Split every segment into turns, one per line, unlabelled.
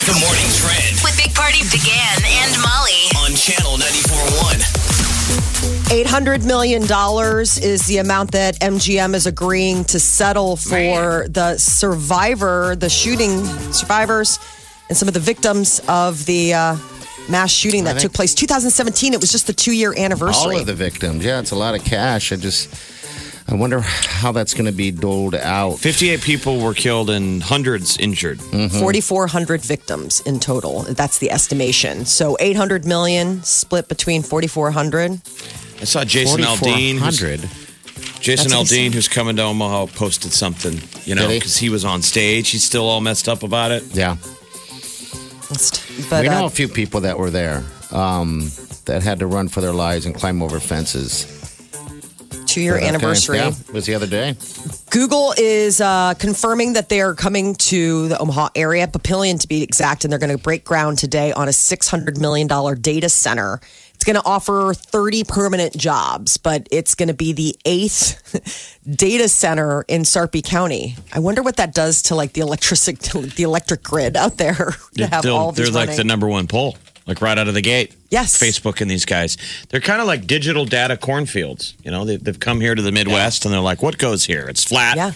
The morning trend
with Big Party began and Molly.
on channel 94.1.
$800 million is the amount that MGM is agreeing to settle for the survivor, the shooting survivors, and some of the victims of the uh, mass shooting that took place 2017. It was just the two year anniversary.
all of the victims. Yeah, it's a lot of cash. I just, I wonder how that's going to be doled out.
58 people were killed and hundreds injured.
Hmm.
Mm-hmm.
4,400 victims in total. That's the estimation. So 800 million split between 4,400.
I saw Jason Aldean. who's-
4,400.
Jason
That's
Aldean, who's coming to Omaha, posted something, you know,
Did he?
because he was on stage. He's still all messed up about it.
Yeah,
But
we know
uh,
a few people that were there um, that had to run for their lives and climb over fences.
two year
Okay,
anniversary.
yeah, was the other day.
Google is uh, confirming that they are coming to the Omaha area, Papillion to be exact, and they're going to break ground today on a $600 million data center. It's going to offer 30 permanent jobs, but it's going to be the eighth data center in Sarpy County. I wonder what that does to like the electric the electric grid out there to have
They'll-
all of
they're
these
like the
running.
number one poll, like right out of the gate.
Yes.
Facebook and these guys. They're kind of like digital data cornfields. You know, they, they've come here to the Midwest and they're like, what goes here? It's flat.
Yeah.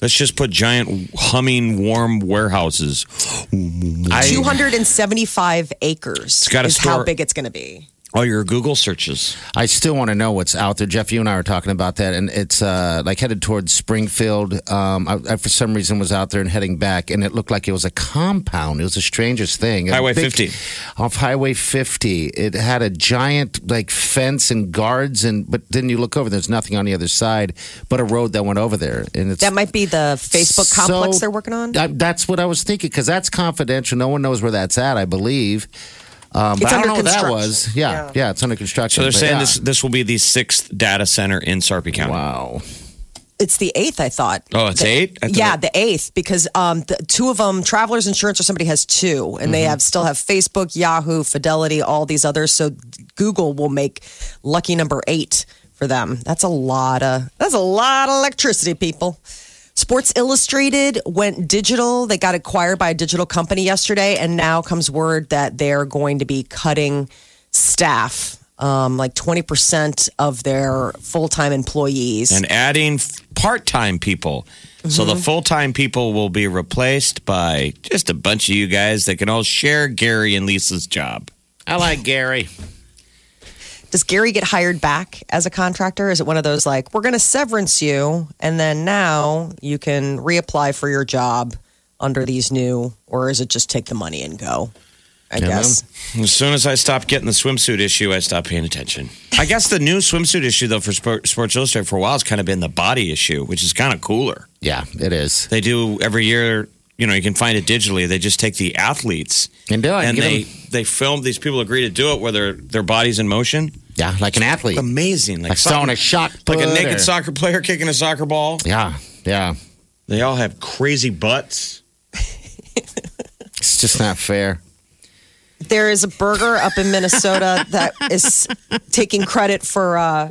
Let's just put giant, humming, warm warehouses.
I,
275 acres
gotta
is how
store-
big it's going to be.
All oh, your Google searches.
I still want to know what's out there. Jeff, you and I were talking about that, and it's uh, like headed towards Springfield. Um, I, I, for some reason, was out there and heading back, and it looked like it was a compound. It was the strangest thing. A
Highway
big-
50.
Off Highway 50. It had a giant like fence and guards, and but then you look over, there's nothing on the other side but a road that went over there, and it's
That might be the Facebook
so-
complex they're working on.
I- that's what I was thinking because that's confidential. No one knows where that's at, I believe. Um, but
It's
I don't know
under
what that
construction.
was. Yeah, yeah, it's under construction.
So they're
but
saying
yeah.
this this will be the sixth data center in Sarpy County.
Wow.
it's the eighth, I thought.
Oh, it's
The-
eight? I thought-
yeah, the eighth because um, the, two of them, Travelers Insurance or somebody has two, and
Mm-hmm.
they have still have Facebook, Yahoo, Fidelity, all these others. So Google will make lucky number eight for them. That's a lot of that's a lot of electricity, people. Sports Illustrated went digital. They got acquired by a digital company yesterday, and now comes word that they're going to be cutting staff, um, like twenty percent of their full time employees.
And adding part time people. So
Mm-hmm.
the full time people will be replaced by just a bunch of you guys that can all share Gary and Lisa's job.
I like Gary.
Does Gary get hired back as a contractor? Is it one of those like, we're going to severance you, and then now you can reapply for your job under these new, or is it just take the money and go? I guess.
As soon as I stopped getting the swimsuit issue, I stopped paying attention. I guess the new swimsuit issue, though, for Spor- Sports Illustrated for a while has kind of been the body issue, which is kind of cooler.
Yeah, it is.
They do every year, you know, you can find it digitally. They just take the athletes
And do it.
and
Give
they,
them-
they film, these people agree to do it where their, their body's in motion.
yeah, like an athlete.
amazing.
Like
soccer-
throwing a shot
like a
put
naked
or-
soccer player kicking a soccer ball.
Yeah, yeah.
They all have crazy butts.
It's just not fair.
There is a burger up in Minnesota that is taking credit for uh,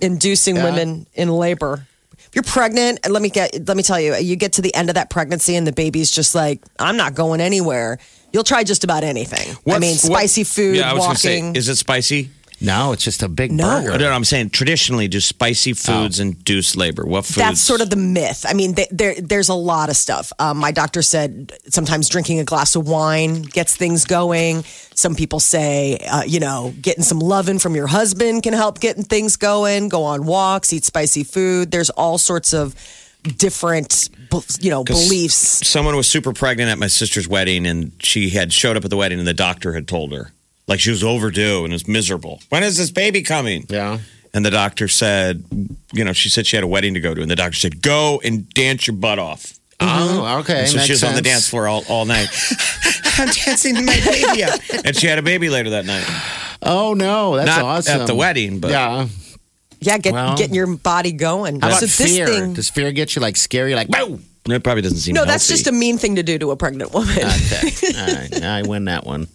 inducing women in labor. If you're pregnant, and let me get let me tell you, you get to the end of that pregnancy and the baby's just like, I'm not going anywhere. You'll try just about anything. I mean,
What's- what-
spicy food,
Yeah, I was
walking.
gonna say, is it spicy?
No, it's just a big
No.
No,
burger.
no, I'm saying traditionally, do spicy foods induce labor? What foods?
That's sort of the myth. I mean, th- there there's a lot of stuff. Um, my doctor said sometimes drinking a glass of wine gets things going. Some people say, uh, you know, getting some loving from your husband can help getting things going. Go on walks, eat spicy food. There's all sorts of different, b- you know,
'Cause
beliefs.
Someone was super pregnant at my sister's wedding, and she had showed up at the wedding, and the doctor had told her like she was overdue and was miserable. When is this baby coming?
Yeah.
And the doctor said, you know, she said she had a wedding to go to, and the doctor said, go and dance your butt off.
Oh, okay.
And so
makes
Mm-hmm. she was on the
sense.
dance floor all, all night. I'm dancing my baby up. And she had a baby later that night.
Oh no, that's
Not
awesome.
at the wedding, but-
yeah.
Yeah, get
Well.
getting your body going.
How about
so this
fear?
thing,
Does fear get you like scary? Like, boom.
It probably doesn't seem
no, that's
healthy.
just a mean thing to do to a pregnant woman.
All right, I win that one.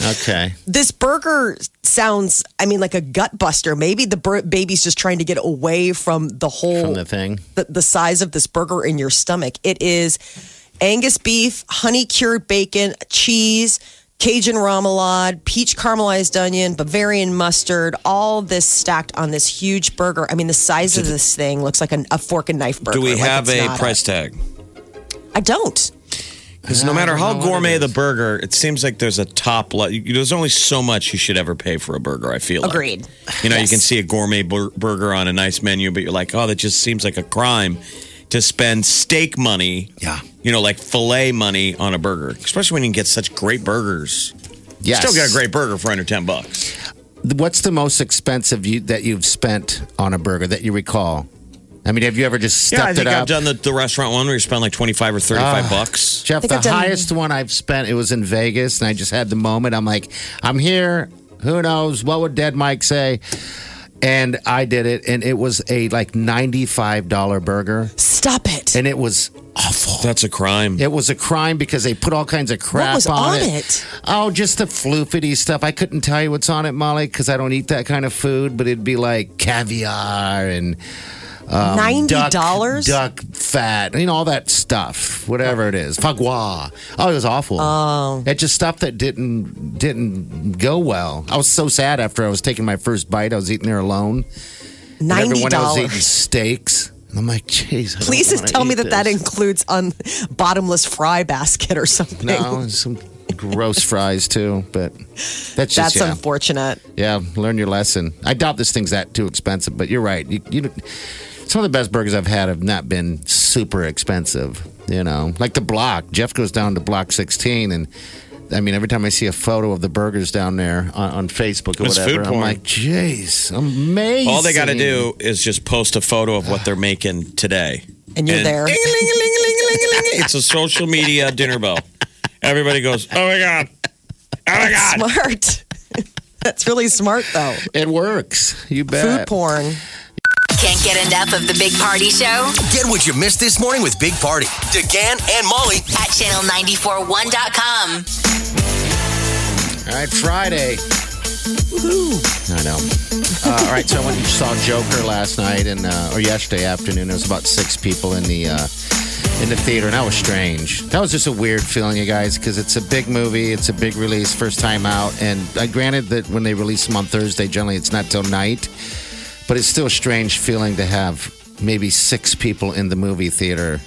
Okay.
this burger sounds, I mean, like a gut buster. Maybe the bur- baby's just trying to get away from the whole
From the thing.
the, the size of this burger in your stomach. It is Angus beef, honey cured bacon, cheese, Cajun ramelade, peach caramelized onion, Bavarian mustard, all this stacked on this huge burger. I mean, the size of this thing looks like an, a fork and knife burger.
Do we
Like,
have
it's
a
not
price tag?
I don't.
Because no
I
matter
don't
how
know what it
gourmet the
is.
burger, it seems like there's a top level. There's only so much you should ever pay for a burger. I feel like.
Agreed.
You know, you can see a gourmet bur- burger on a nice menu, but you're like, oh, that just seems like a crime to spend steak money.
Yeah.
You know, like filet money on a burger, especially when you can get such great burgers.
Yes.
Still get a great burger for under ten bucks.
What's the most expensive you, that you've spent on a burger that you recall? I mean, have you ever just stepped
yeah, I think
it up? Ah,
I've done the, the restaurant one where you spend like twenty five or thirty five bucks.
Jeff,
think
the
I've done-
highest one I've spent, it was in Vegas, and I just had the moment. I'm like, I'm here. Who knows? What would Dead Mike say? And I did it, and it was a like $95 burger,
Stop it.
and it was
That's a crime.
It was a crime because they put all kinds of crap
was
on,
on
it.
it?
Oh, just the floofity stuff. I couldn't tell you what's on it, Molly, because I don't eat that kind of food. But it'd be like caviar and
Ninety
duck,
dollars.
duck fat, you know, all that stuff, whatever it is, fagua. Oh, it was awful. Oh, it's just stuff that didn't didn't go well. I was so sad after I was taking my first bite. I was eating there alone. And
Ninety
everyone else was eating
dollars.
steaks. And I'm like, jeez. I don't
Please
wanna
tell me
eat
that that
this.
includes on bottomless fry basket or something.
No, and some gross fries too, but that's just
That's
yeah.
unfortunate.
yeah, learn your lesson. I doubt this thing's that too expensive, but you're right. You, you don't- some of the best burgers I've had have not been super expensive, you know. Like the block, Jeff goes down to block 16 and I mean, every time I see a photo of the burgers down there on, on Facebook or
It's
whatever,
food
I'm
porn.
like, "Jeez, amazing!"
All they got to do is just post a photo of what they're making today.
And you're there.
ding-a-ling-a-ling-a-ling-a-ling-a-ling. It's a social media dinner bell. Everybody goes, oh my God. Oh my God.
smart. That's really smart, though.
it works. You bet.
Food porn.
Can't get enough of the Big Party Show
Get what you missed this morning with Big Party, DeGan and Molly
at channel941.com.
All right, Friday. Woohoo! I know. Uh, all right, so I went and saw Joker last night and uh, or yesterday afternoon. There was about six people in the uh, in the theater, and that was strange. That was just a weird feeling, you guys, because it's a big movie, it's a big release, first time out, and uh, granted that when they release them on Thursday, generally it's not till night, but it's still a strange feeling to have maybe six people in the movie theater.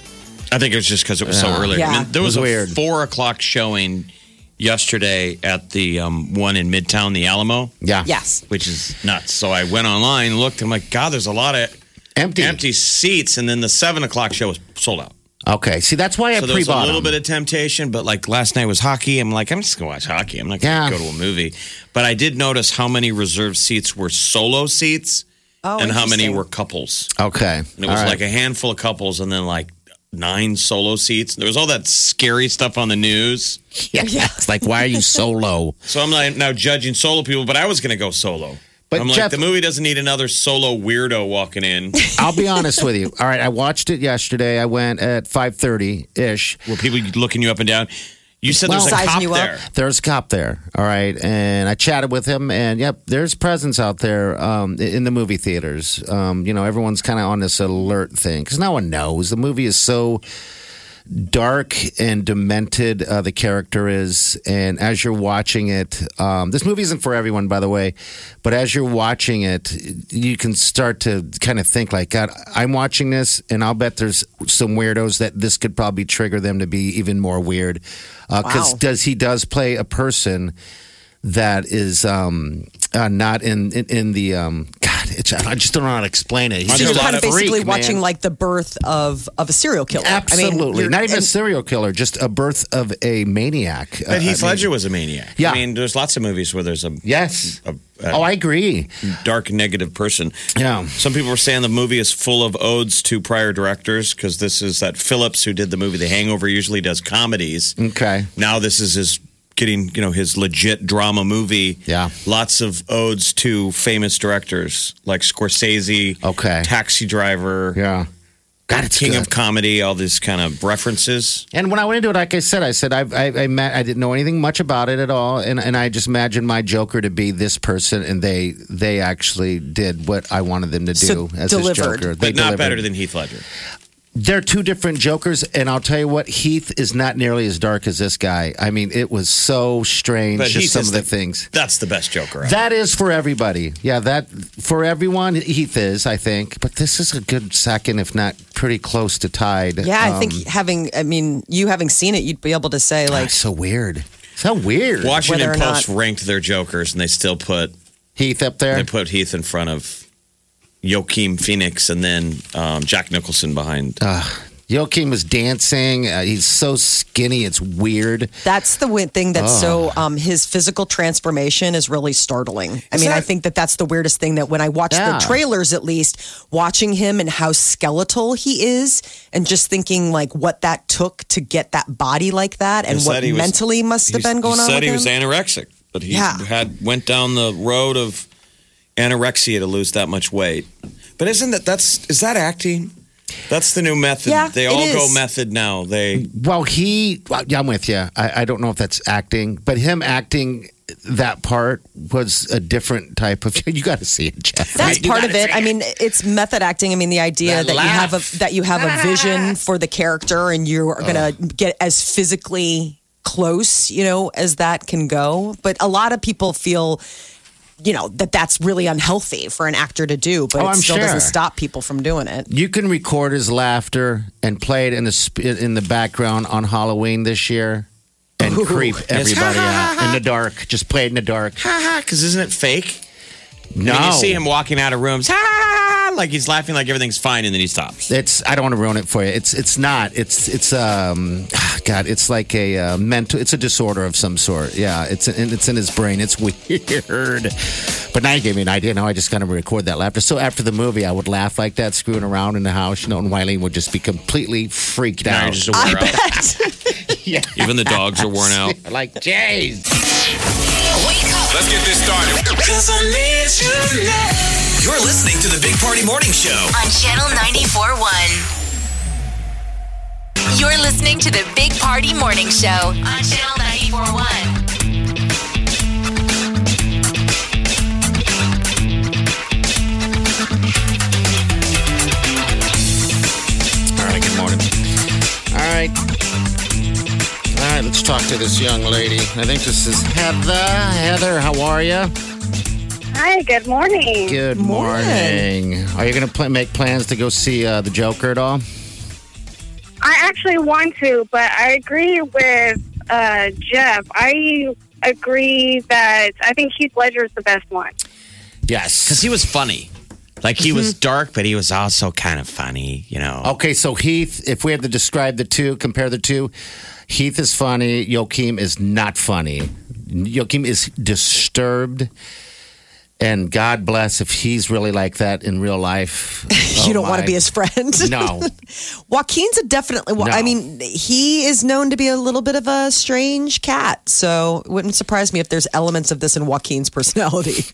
I think it was just because it was so early.
Yeah.
I mean, there was,
It was
a
weird.
four o'clock showing yesterday at the um, one in Midtown, the Alamo,
Yeah.
Yes.
which is nuts. So I went online, looked, I'm like, God, there's a lot of
Empty.
empty seats. And then the seven o'clock show was sold out.
Okay. See, that's why I
So there was a
pre-bought
little
them.
bit of temptation, but like last night was hockey. I'm like, I'm just gonna watch hockey. I'm not gonna go
Yeah.
to a movie. But I did notice how many reserved seats were solo seats
Oh,
and how many
interesting.
were couples.
okay.
And it was
All right.
like a handful of couples and then like nine solo seats. There was all that scary stuff on the news.
yeah. It's like, why are you so low?
So I'm like now judging solo people, but I was gonna go solo.
But
I'm
Jeff-
like, the movie doesn't need another solo weirdo walking in.
I'll be honest with you. All right, I watched it yesterday. I went at 5:30 ish.
Were people looking you up and down? You said there's
Well-
a cop
Sizing you up.
there.
There's a cop there. All right, and I chatted with him, and yep, there's presence out there um, in the movie theaters. Um, you know, everyone's kind of on this alert thing because no one knows. The movie is so dark and demented uh, the character is. And as you're watching it, um, this movie isn't for everyone, by the way, but as you're watching it, you can start to kind of think, like, God, I'm watching this, and I'll bet there's some weirdos that this could probably trigger them to be even more weird. Because
Wow.
does he does play a person that is um, uh, not in in, in the um, God. It's, I just don't know how to explain it. He's
There's
You're
a
just
lot
kind
a
of
of
basically
freak,
watching
man.
like the birth of of a serial killer.
Absolutely.
you're-
Not even a
and
serial killer, just a birth of a maniac.
But
Uh,
Heath
I mean-
Ledger was a maniac.
Yeah.
I mean, there's lots of movies where there's a
Yes.
a
oh, I agree.
dark negative person.
Yeah.
Some people were saying the movie is full of odes to prior directors because this is that Phillips who did the movie The Hangover usually does comedies.
Okay.
Now this is his getting, you know, his legit drama movie.
Yeah.
Lots of odes to famous directors like Scorsese,
Okay.
Taxi Driver,
Yeah. God, it's
King
good.
of Comedy, all these kind of references.
And when I went into it, like I said, I said I I, I, ma- I didn't know anything much about it at all, and and I just imagined my Joker to be this person, and they they actually did what I wanted them to do
So
as
delivered.
his Joker. They
But not
delivered.
better than Heath Ledger.
They're two different Jokers, and I'll tell you what, Heath is not nearly as dark as this guy. I mean, it was so strange,
But
just
Heath
some
is
of the,
the-
things.
That's the best Joker. ever.
That is for everybody. Yeah, that for everyone. Heath is, I think, but this is a good second, if not pretty close to tied.
Yeah, I
Um,
think having, I mean, you having seen it, you'd be able to say, like,
it's so weird. So weird.
Washington
whether or
Post
not-
ranked their Jokers and they still put
Heath up there.
They put Heath in front of Joaquin Phoenix and then um, Jack Nicholson behind.
Joachim was dancing. Uh, he's so skinny. It's weird.
That's the win- thing that's
Oh.
so um, his physical transformation is really startling. I mean, I think that that's the weirdest thing that when I watch
Yeah.
the trailers, at least watching him and how skeletal he is, and just thinking like what that took to get that body like that, and
He
what
said he was-
mentally must have
he-
been going
he
on.
Said he
with him.
was anorexic, but he
Yeah.
had went down the road of anorexia to lose that much weight. But isn't that that's is that acting? That's the new method.
Yeah,
they
it
all go
is.
method now. They
Well, he, well, yeah, I'm with you. I, I don't know if that's acting, but him acting that part was a different type of. You got to see it, Jeff.
That's
You
part
gotta
of it.
see
I mean, it's method acting. I mean, the idea that,
That
you have
laugh.
a that you have a vision for the character and you are gonna get as physically close, you know, as that can go. But a lot of people feel, you know, that that's really unhealthy for an actor to do. But
Oh,
it
I'm
still doesn't
sure.
stop people from doing it.
You can record his laughter and play it in the sp- in the background on Halloween this year, and creep everybody out in the dark. Just play it in the dark.
because isn't it fake?
No,
I mean, you see him walking out of rooms, "Ah," like he's laughing, like everything's fine, and then he stops.
It's I don't want to ruin it for you. It's it's not. It's it's um God. It's like a uh, mental. It's a disorder of some sort. Yeah. It's in, it's in his brain. It's weird. But now you gave me an idea. Now I just kind of record that laughter. So after the movie, I would laugh like that, screwing around in the house. You know, and Wileen would just be completely freaked
Now you're
out.
just a wear out. Even the dogs are worn out.
like, jeez.
Wake up.
Let's get this started.
You're listening to the Big Party Morning Show.
on Channel 94.1. You're listening to the Big Party Morning Show on Channel 94.1.
All right. Good morning. All right. All right. Let's talk to this young lady. I think this is Heather. Heather, how are you?
Hi, good morning.
Good morning. Are you going to pl- make plans to go see uh, the Joker at all?
I actually want to, but I agree with uh, Jeff. I agree that I think Heath Ledger is the best one.
Because
Yes.
he was funny. Like he was dark, but he was also kind of funny, you know.
Okay, so Heath, if we have to describe the two, compare the two, Heath is funny. Joachim is not funny. Joachim is disturbed. And God bless if he's really like that in real life.
you don't want to be his friend.
Oh No.
Joaquin's a definitely. Well, I
No.
mean, he is known to be a little bit of a strange cat, so it wouldn't surprise me if there's elements of this in Joaquin's personality.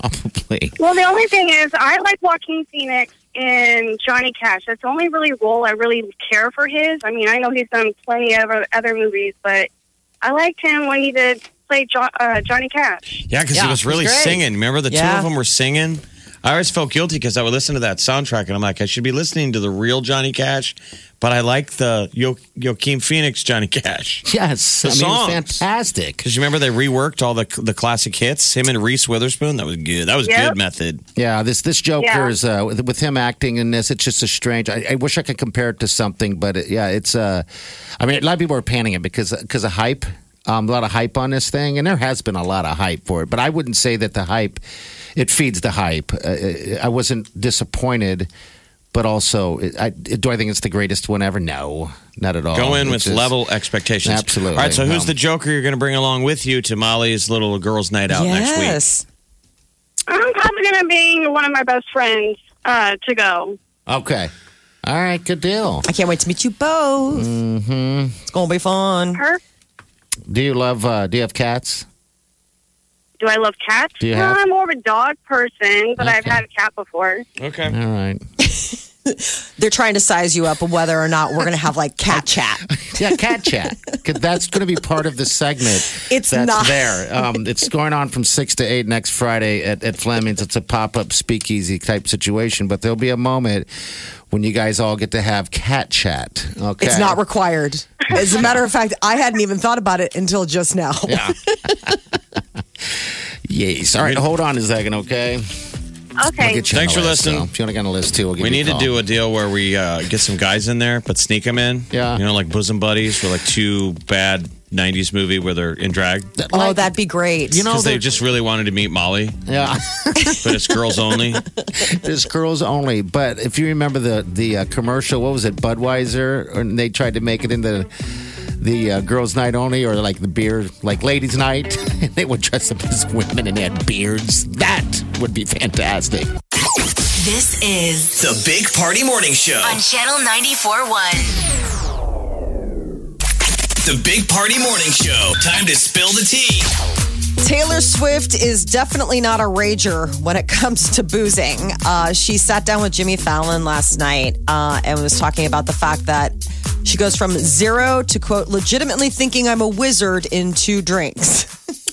Probably.
Well, the only thing is, I like Joaquin Phoenix in Johnny Cash. That's the only really role I really care for his. I mean, I know he's done plenty of other movies, but I liked him when he did play jo- uh, Johnny Cash.
Yeah, because he
Yeah,
was really
he's great.
singing. Remember the two
Yeah.
of them were singing? I always felt guilty because I would listen to that soundtrack and I'm like, I should be listening to the real Johnny Cash, but I like the jo- Joaquin Phoenix Johnny Cash.
Yes.
The
I mean,
songs.
fantastic.
Because you remember they reworked all the the classic hits, him and Reese Witherspoon. That was good. That was
Yep.
good method.
Yeah, this this Joker
Yeah.
is uh, with, with him acting in this. It's just a strange. I, I wish I could compare it to something, but it, yeah, it's. Uh, I mean, a lot of people are panning it because because of hype. Um, a lot of hype on this thing, and there has been a lot of hype for it. But I wouldn't say that the hype it feeds the hype. Uh, I wasn't disappointed, but also, it, I, do I think it's the greatest one ever? No, not at all.
Go in with
It's just-
level expectations.
Oh, Absolutely.
All right, so who's
Um,
the Joker you're going to bring along with you to Molly's little girls' night out next week?
yes.
going to be one of my best friends uh, to go.
Okay. All right. Good deal.
I can't wait to meet you both. Mm-hmm. It's gonna be fun.
Her?
Do you love? Uh, do you have cats?
Do I love cats?
Do you
Well,
have-
I'm more of a dog person, but I've
Okay.
had a cat before.
Okay.
All right.
They're trying to size you up on whether or not we're gonna have like cat chat.
Yeah, cat chat. 'Cause That's going to be part of the segment.
It's
that's
not.
there. Um, it's going on from six to eight next Friday at, at Fleming's. It's a pop up speakeasy type situation, but there'll be a moment when you guys all get to have cat chat. Okay,
It's not required. As a matter of fact, I hadn't even thought about it until just now.
Yeah. yes. All right. Hold on a second. Okay. I'll
Okay.
get you on
Thanks
the
for
list,
listening.
though. If you want to get on the list too, we'll give
We
you
need
a
to
call.
do a deal where we uh, get some guys in there, but sneak them in.
Yeah.
You know, like bosom buddies for like two bad 90s movie where they're in drag. Because
Oh, that'd be great.
You know,
they
they
just really wanted to meet Molly,
yeah.
but it's girls only.
It's girls only. But if you remember the the uh, commercial, what was it, Budweiser? And they tried to make it into the uh, girls' night only, or like the beer, like ladies' night. And they would dress up as women and they had beards. That would be fantastic.
This is
The Big Party Morning Show.
on Channel 94.1.
The Big Party Morning Show. Time to spill the tea.
Taylor Swift is definitely not a rager when it comes to boozing. Uh, she sat down with Jimmy Fallon last night uh, and was talking about the fact that she goes from zero to quote legitimately thinking I'm a wizard in two drinks.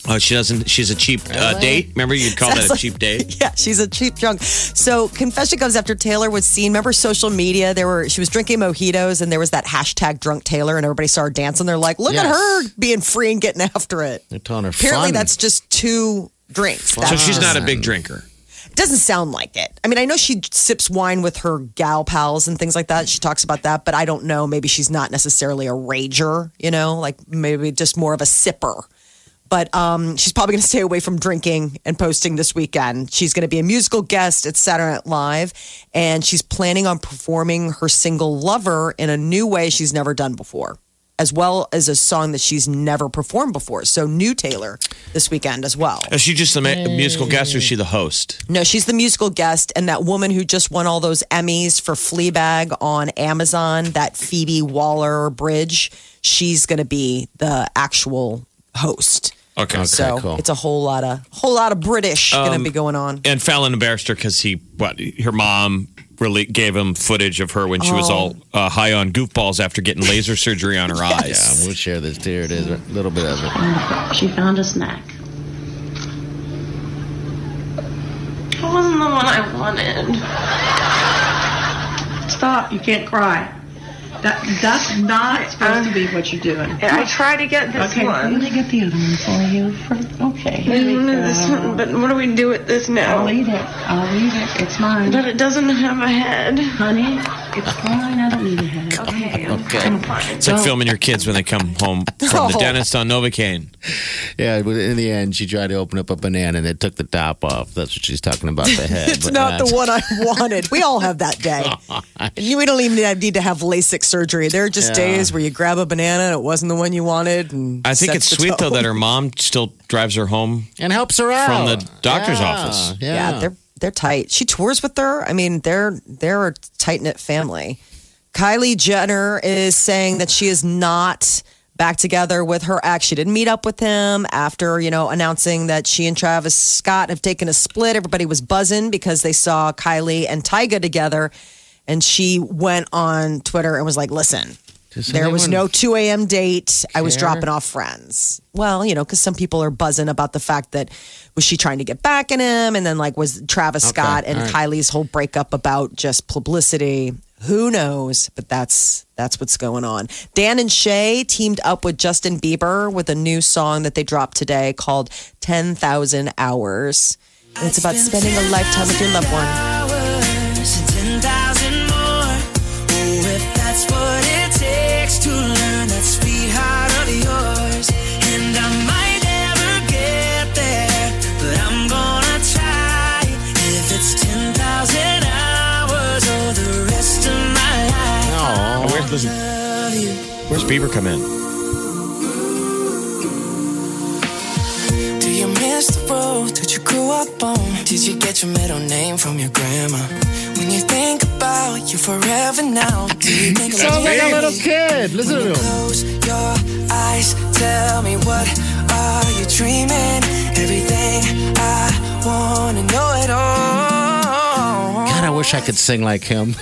Oh, she doesn't. She's a cheap uh, date. Remember, you'd call that a cheap date.
Yeah, she's a cheap drunk. So confession comes after Taylor was seen. Remember social media? There were she was drinking mojitos and there was that hashtag drunk Taylor and everybody started dancing. They're like, look at
Yes.
her being free and getting after it.
They're telling her
Apparently
fun.
that's just two drinks.
So
That
she's not a
Um,
big drinker.
doesn't sound like it. I mean, I know she sips wine with her gal pals and things like that. She talks about that, but I don't know. Maybe she's not necessarily a rager, you know, like maybe just more of a sipper. But um, she's probably going to stay away from drinking and posting this weekend. She's going to be a musical guest at Saturday Night Live, and she's planning on performing her single Lover in a new way she's never done before, as well as a song that she's never performed before. So, new Taylor this weekend as well.
Is she just a ma- musical guest or is she the host?
No, she's the musical guest, and that woman who just won all those Emmys for Fleabag on Amazon, that Phoebe Waller Bridge, she's going to be the actual host.
Okay.
so
cool.
it's a whole lot of whole lot of British going to be going on.
And Fallon embarrassed her because he, what, her mom really gave him footage of her when she
Oh.
was all uh, high on goofballs after getting laser surgery on her eyes.
We'll share this. Here it is. A little bit of it.
She found a snack. It wasn't the one I wanted.
Stop, you can't cry. That, that's not supposed to be what you're doing.
I tried to get this
Okay, let
one.
me get the other one for you. For, okay, here
I
we
wanted
go.
this one, but what do we do with this
I'll
now?
eat it. I'll eat it. It's mine.
But it doesn't have a head.
Honey, it's mine. I don't need a head.
Okay.
Okay.
It's like filming your kids when they come home from the dentist on Novocaine.
Yeah, but in the end, she tried to open up a banana and it took the top off. That's what she's talking about. The head.
It's not the one I wanted. We all have that day. And we don't even need to have LASIK surgery. There are just
Yeah.
days where you grab a banana and it wasn't the one you wanted. And
I think
sets
it's
the
sweet, though,
tone.
that her mom still drives her home.
And helps her out
From the doctor's
Yeah,
office.
Yeah.
yeah. they're they're tight. She tours with her. I mean, they're they're a tight knit family. Kylie Jenner is saying that she is not back together with her ex. She didn't meet up with him after you know announcing that she and Travis Scott have taken a split. Everybody was buzzing because they saw Kylie and Tyga together, and she went on Twitter and was like, "Listen."
Does
There was no
anyone
2 a.m. date. I was
care?
dropping off friends. Well, you know, because some people are buzzing about the fact that was she trying to get back at him? And then, like, was Travis Scott and
all right.
Kylie's whole breakup about just publicity? Who knows? But that's that's what's going on. Dan and Shay teamed up with Justin Bieber with a new song that they dropped today called 10,000 Hours. And it's about spending a lifetime with your loved one.
Aw.
Where's, this, where's Bieber come in?
Do you miss the road did you grow up on? Did you get your middle name from your grandma? When you think about you forever now, do you think
Sounds Oh, like a little kid. Listen to him.
Close your eyes, tell me what are you dreaming? Everything I wanna know it all.
God, I wish I could sing like him.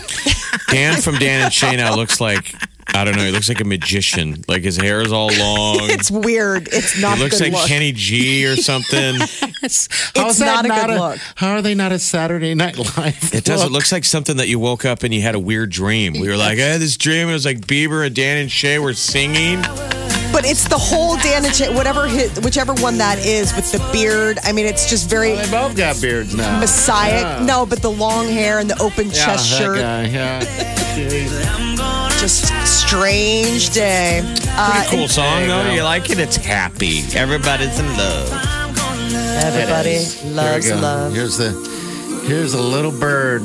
Dan from Dan and Shayna looks like I don't know. He looks like a magician. Like his hair is all long.
It's weird. It's not
He looks
a good
like
look.
Kenny G or something.
It's
How's that
not a good look.
How are they not a Saturday Night Live?
It does. It looks like something that you woke up and you had a weird dream. We were like, I had this dream. It was like Bieber and Dan and Shay were singing.
But it's the whole Dan and Ch- whatever his, whichever one that is with the beard. I mean, it's just very
They both got beards now.
messiah. No, but the long hair and the open
Yeah,
chest
that
shirt.
guy, yeah.
Just strange day. Uh,
Cool song though.
go.
You like it? It's happy. Everybody's in love.
everybody
There we
loves
go.
love.
Here's the here's a little bird.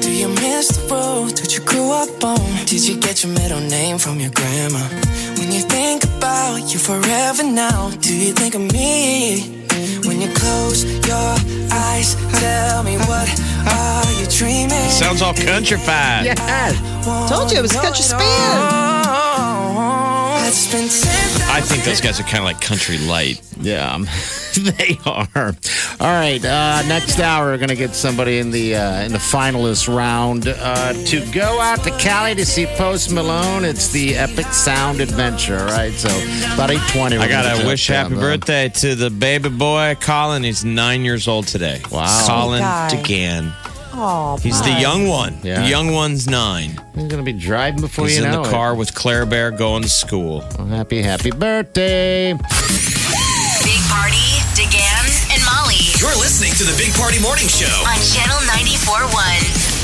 Do you miss the road that you grew up on? Did you get your middle name from your grandma? When you think about you forever now, do you think of me? When you close your eyes, tell me what are you dreaming?
Sounds all countrified.
Told you it was such a span.
I'd spend 10,000
I think those guys are kind of like country light.
Yeah, they are. All right, uh, next hour we're gonna get somebody in the uh, in the finalist round uh, to go out to Cali to see Post Malone. It's the Epic Sound Adventure. All right, so about eight twenty.
I gotta wish happy birthday to the baby boy Colin. He's nine years old today.
Wow.
Colin
Guy.
DeGan.
Oh,
He's the young one.
Yeah.
The young one's nine.
He's gonna be driving before
He's
you
in
know
the
it.
car with Claire Bear going to school.
Happy happy birthday.
Big Party, DeGan, and Molly
You're listening to the Big Party Morning Show.
on Channel 94.1.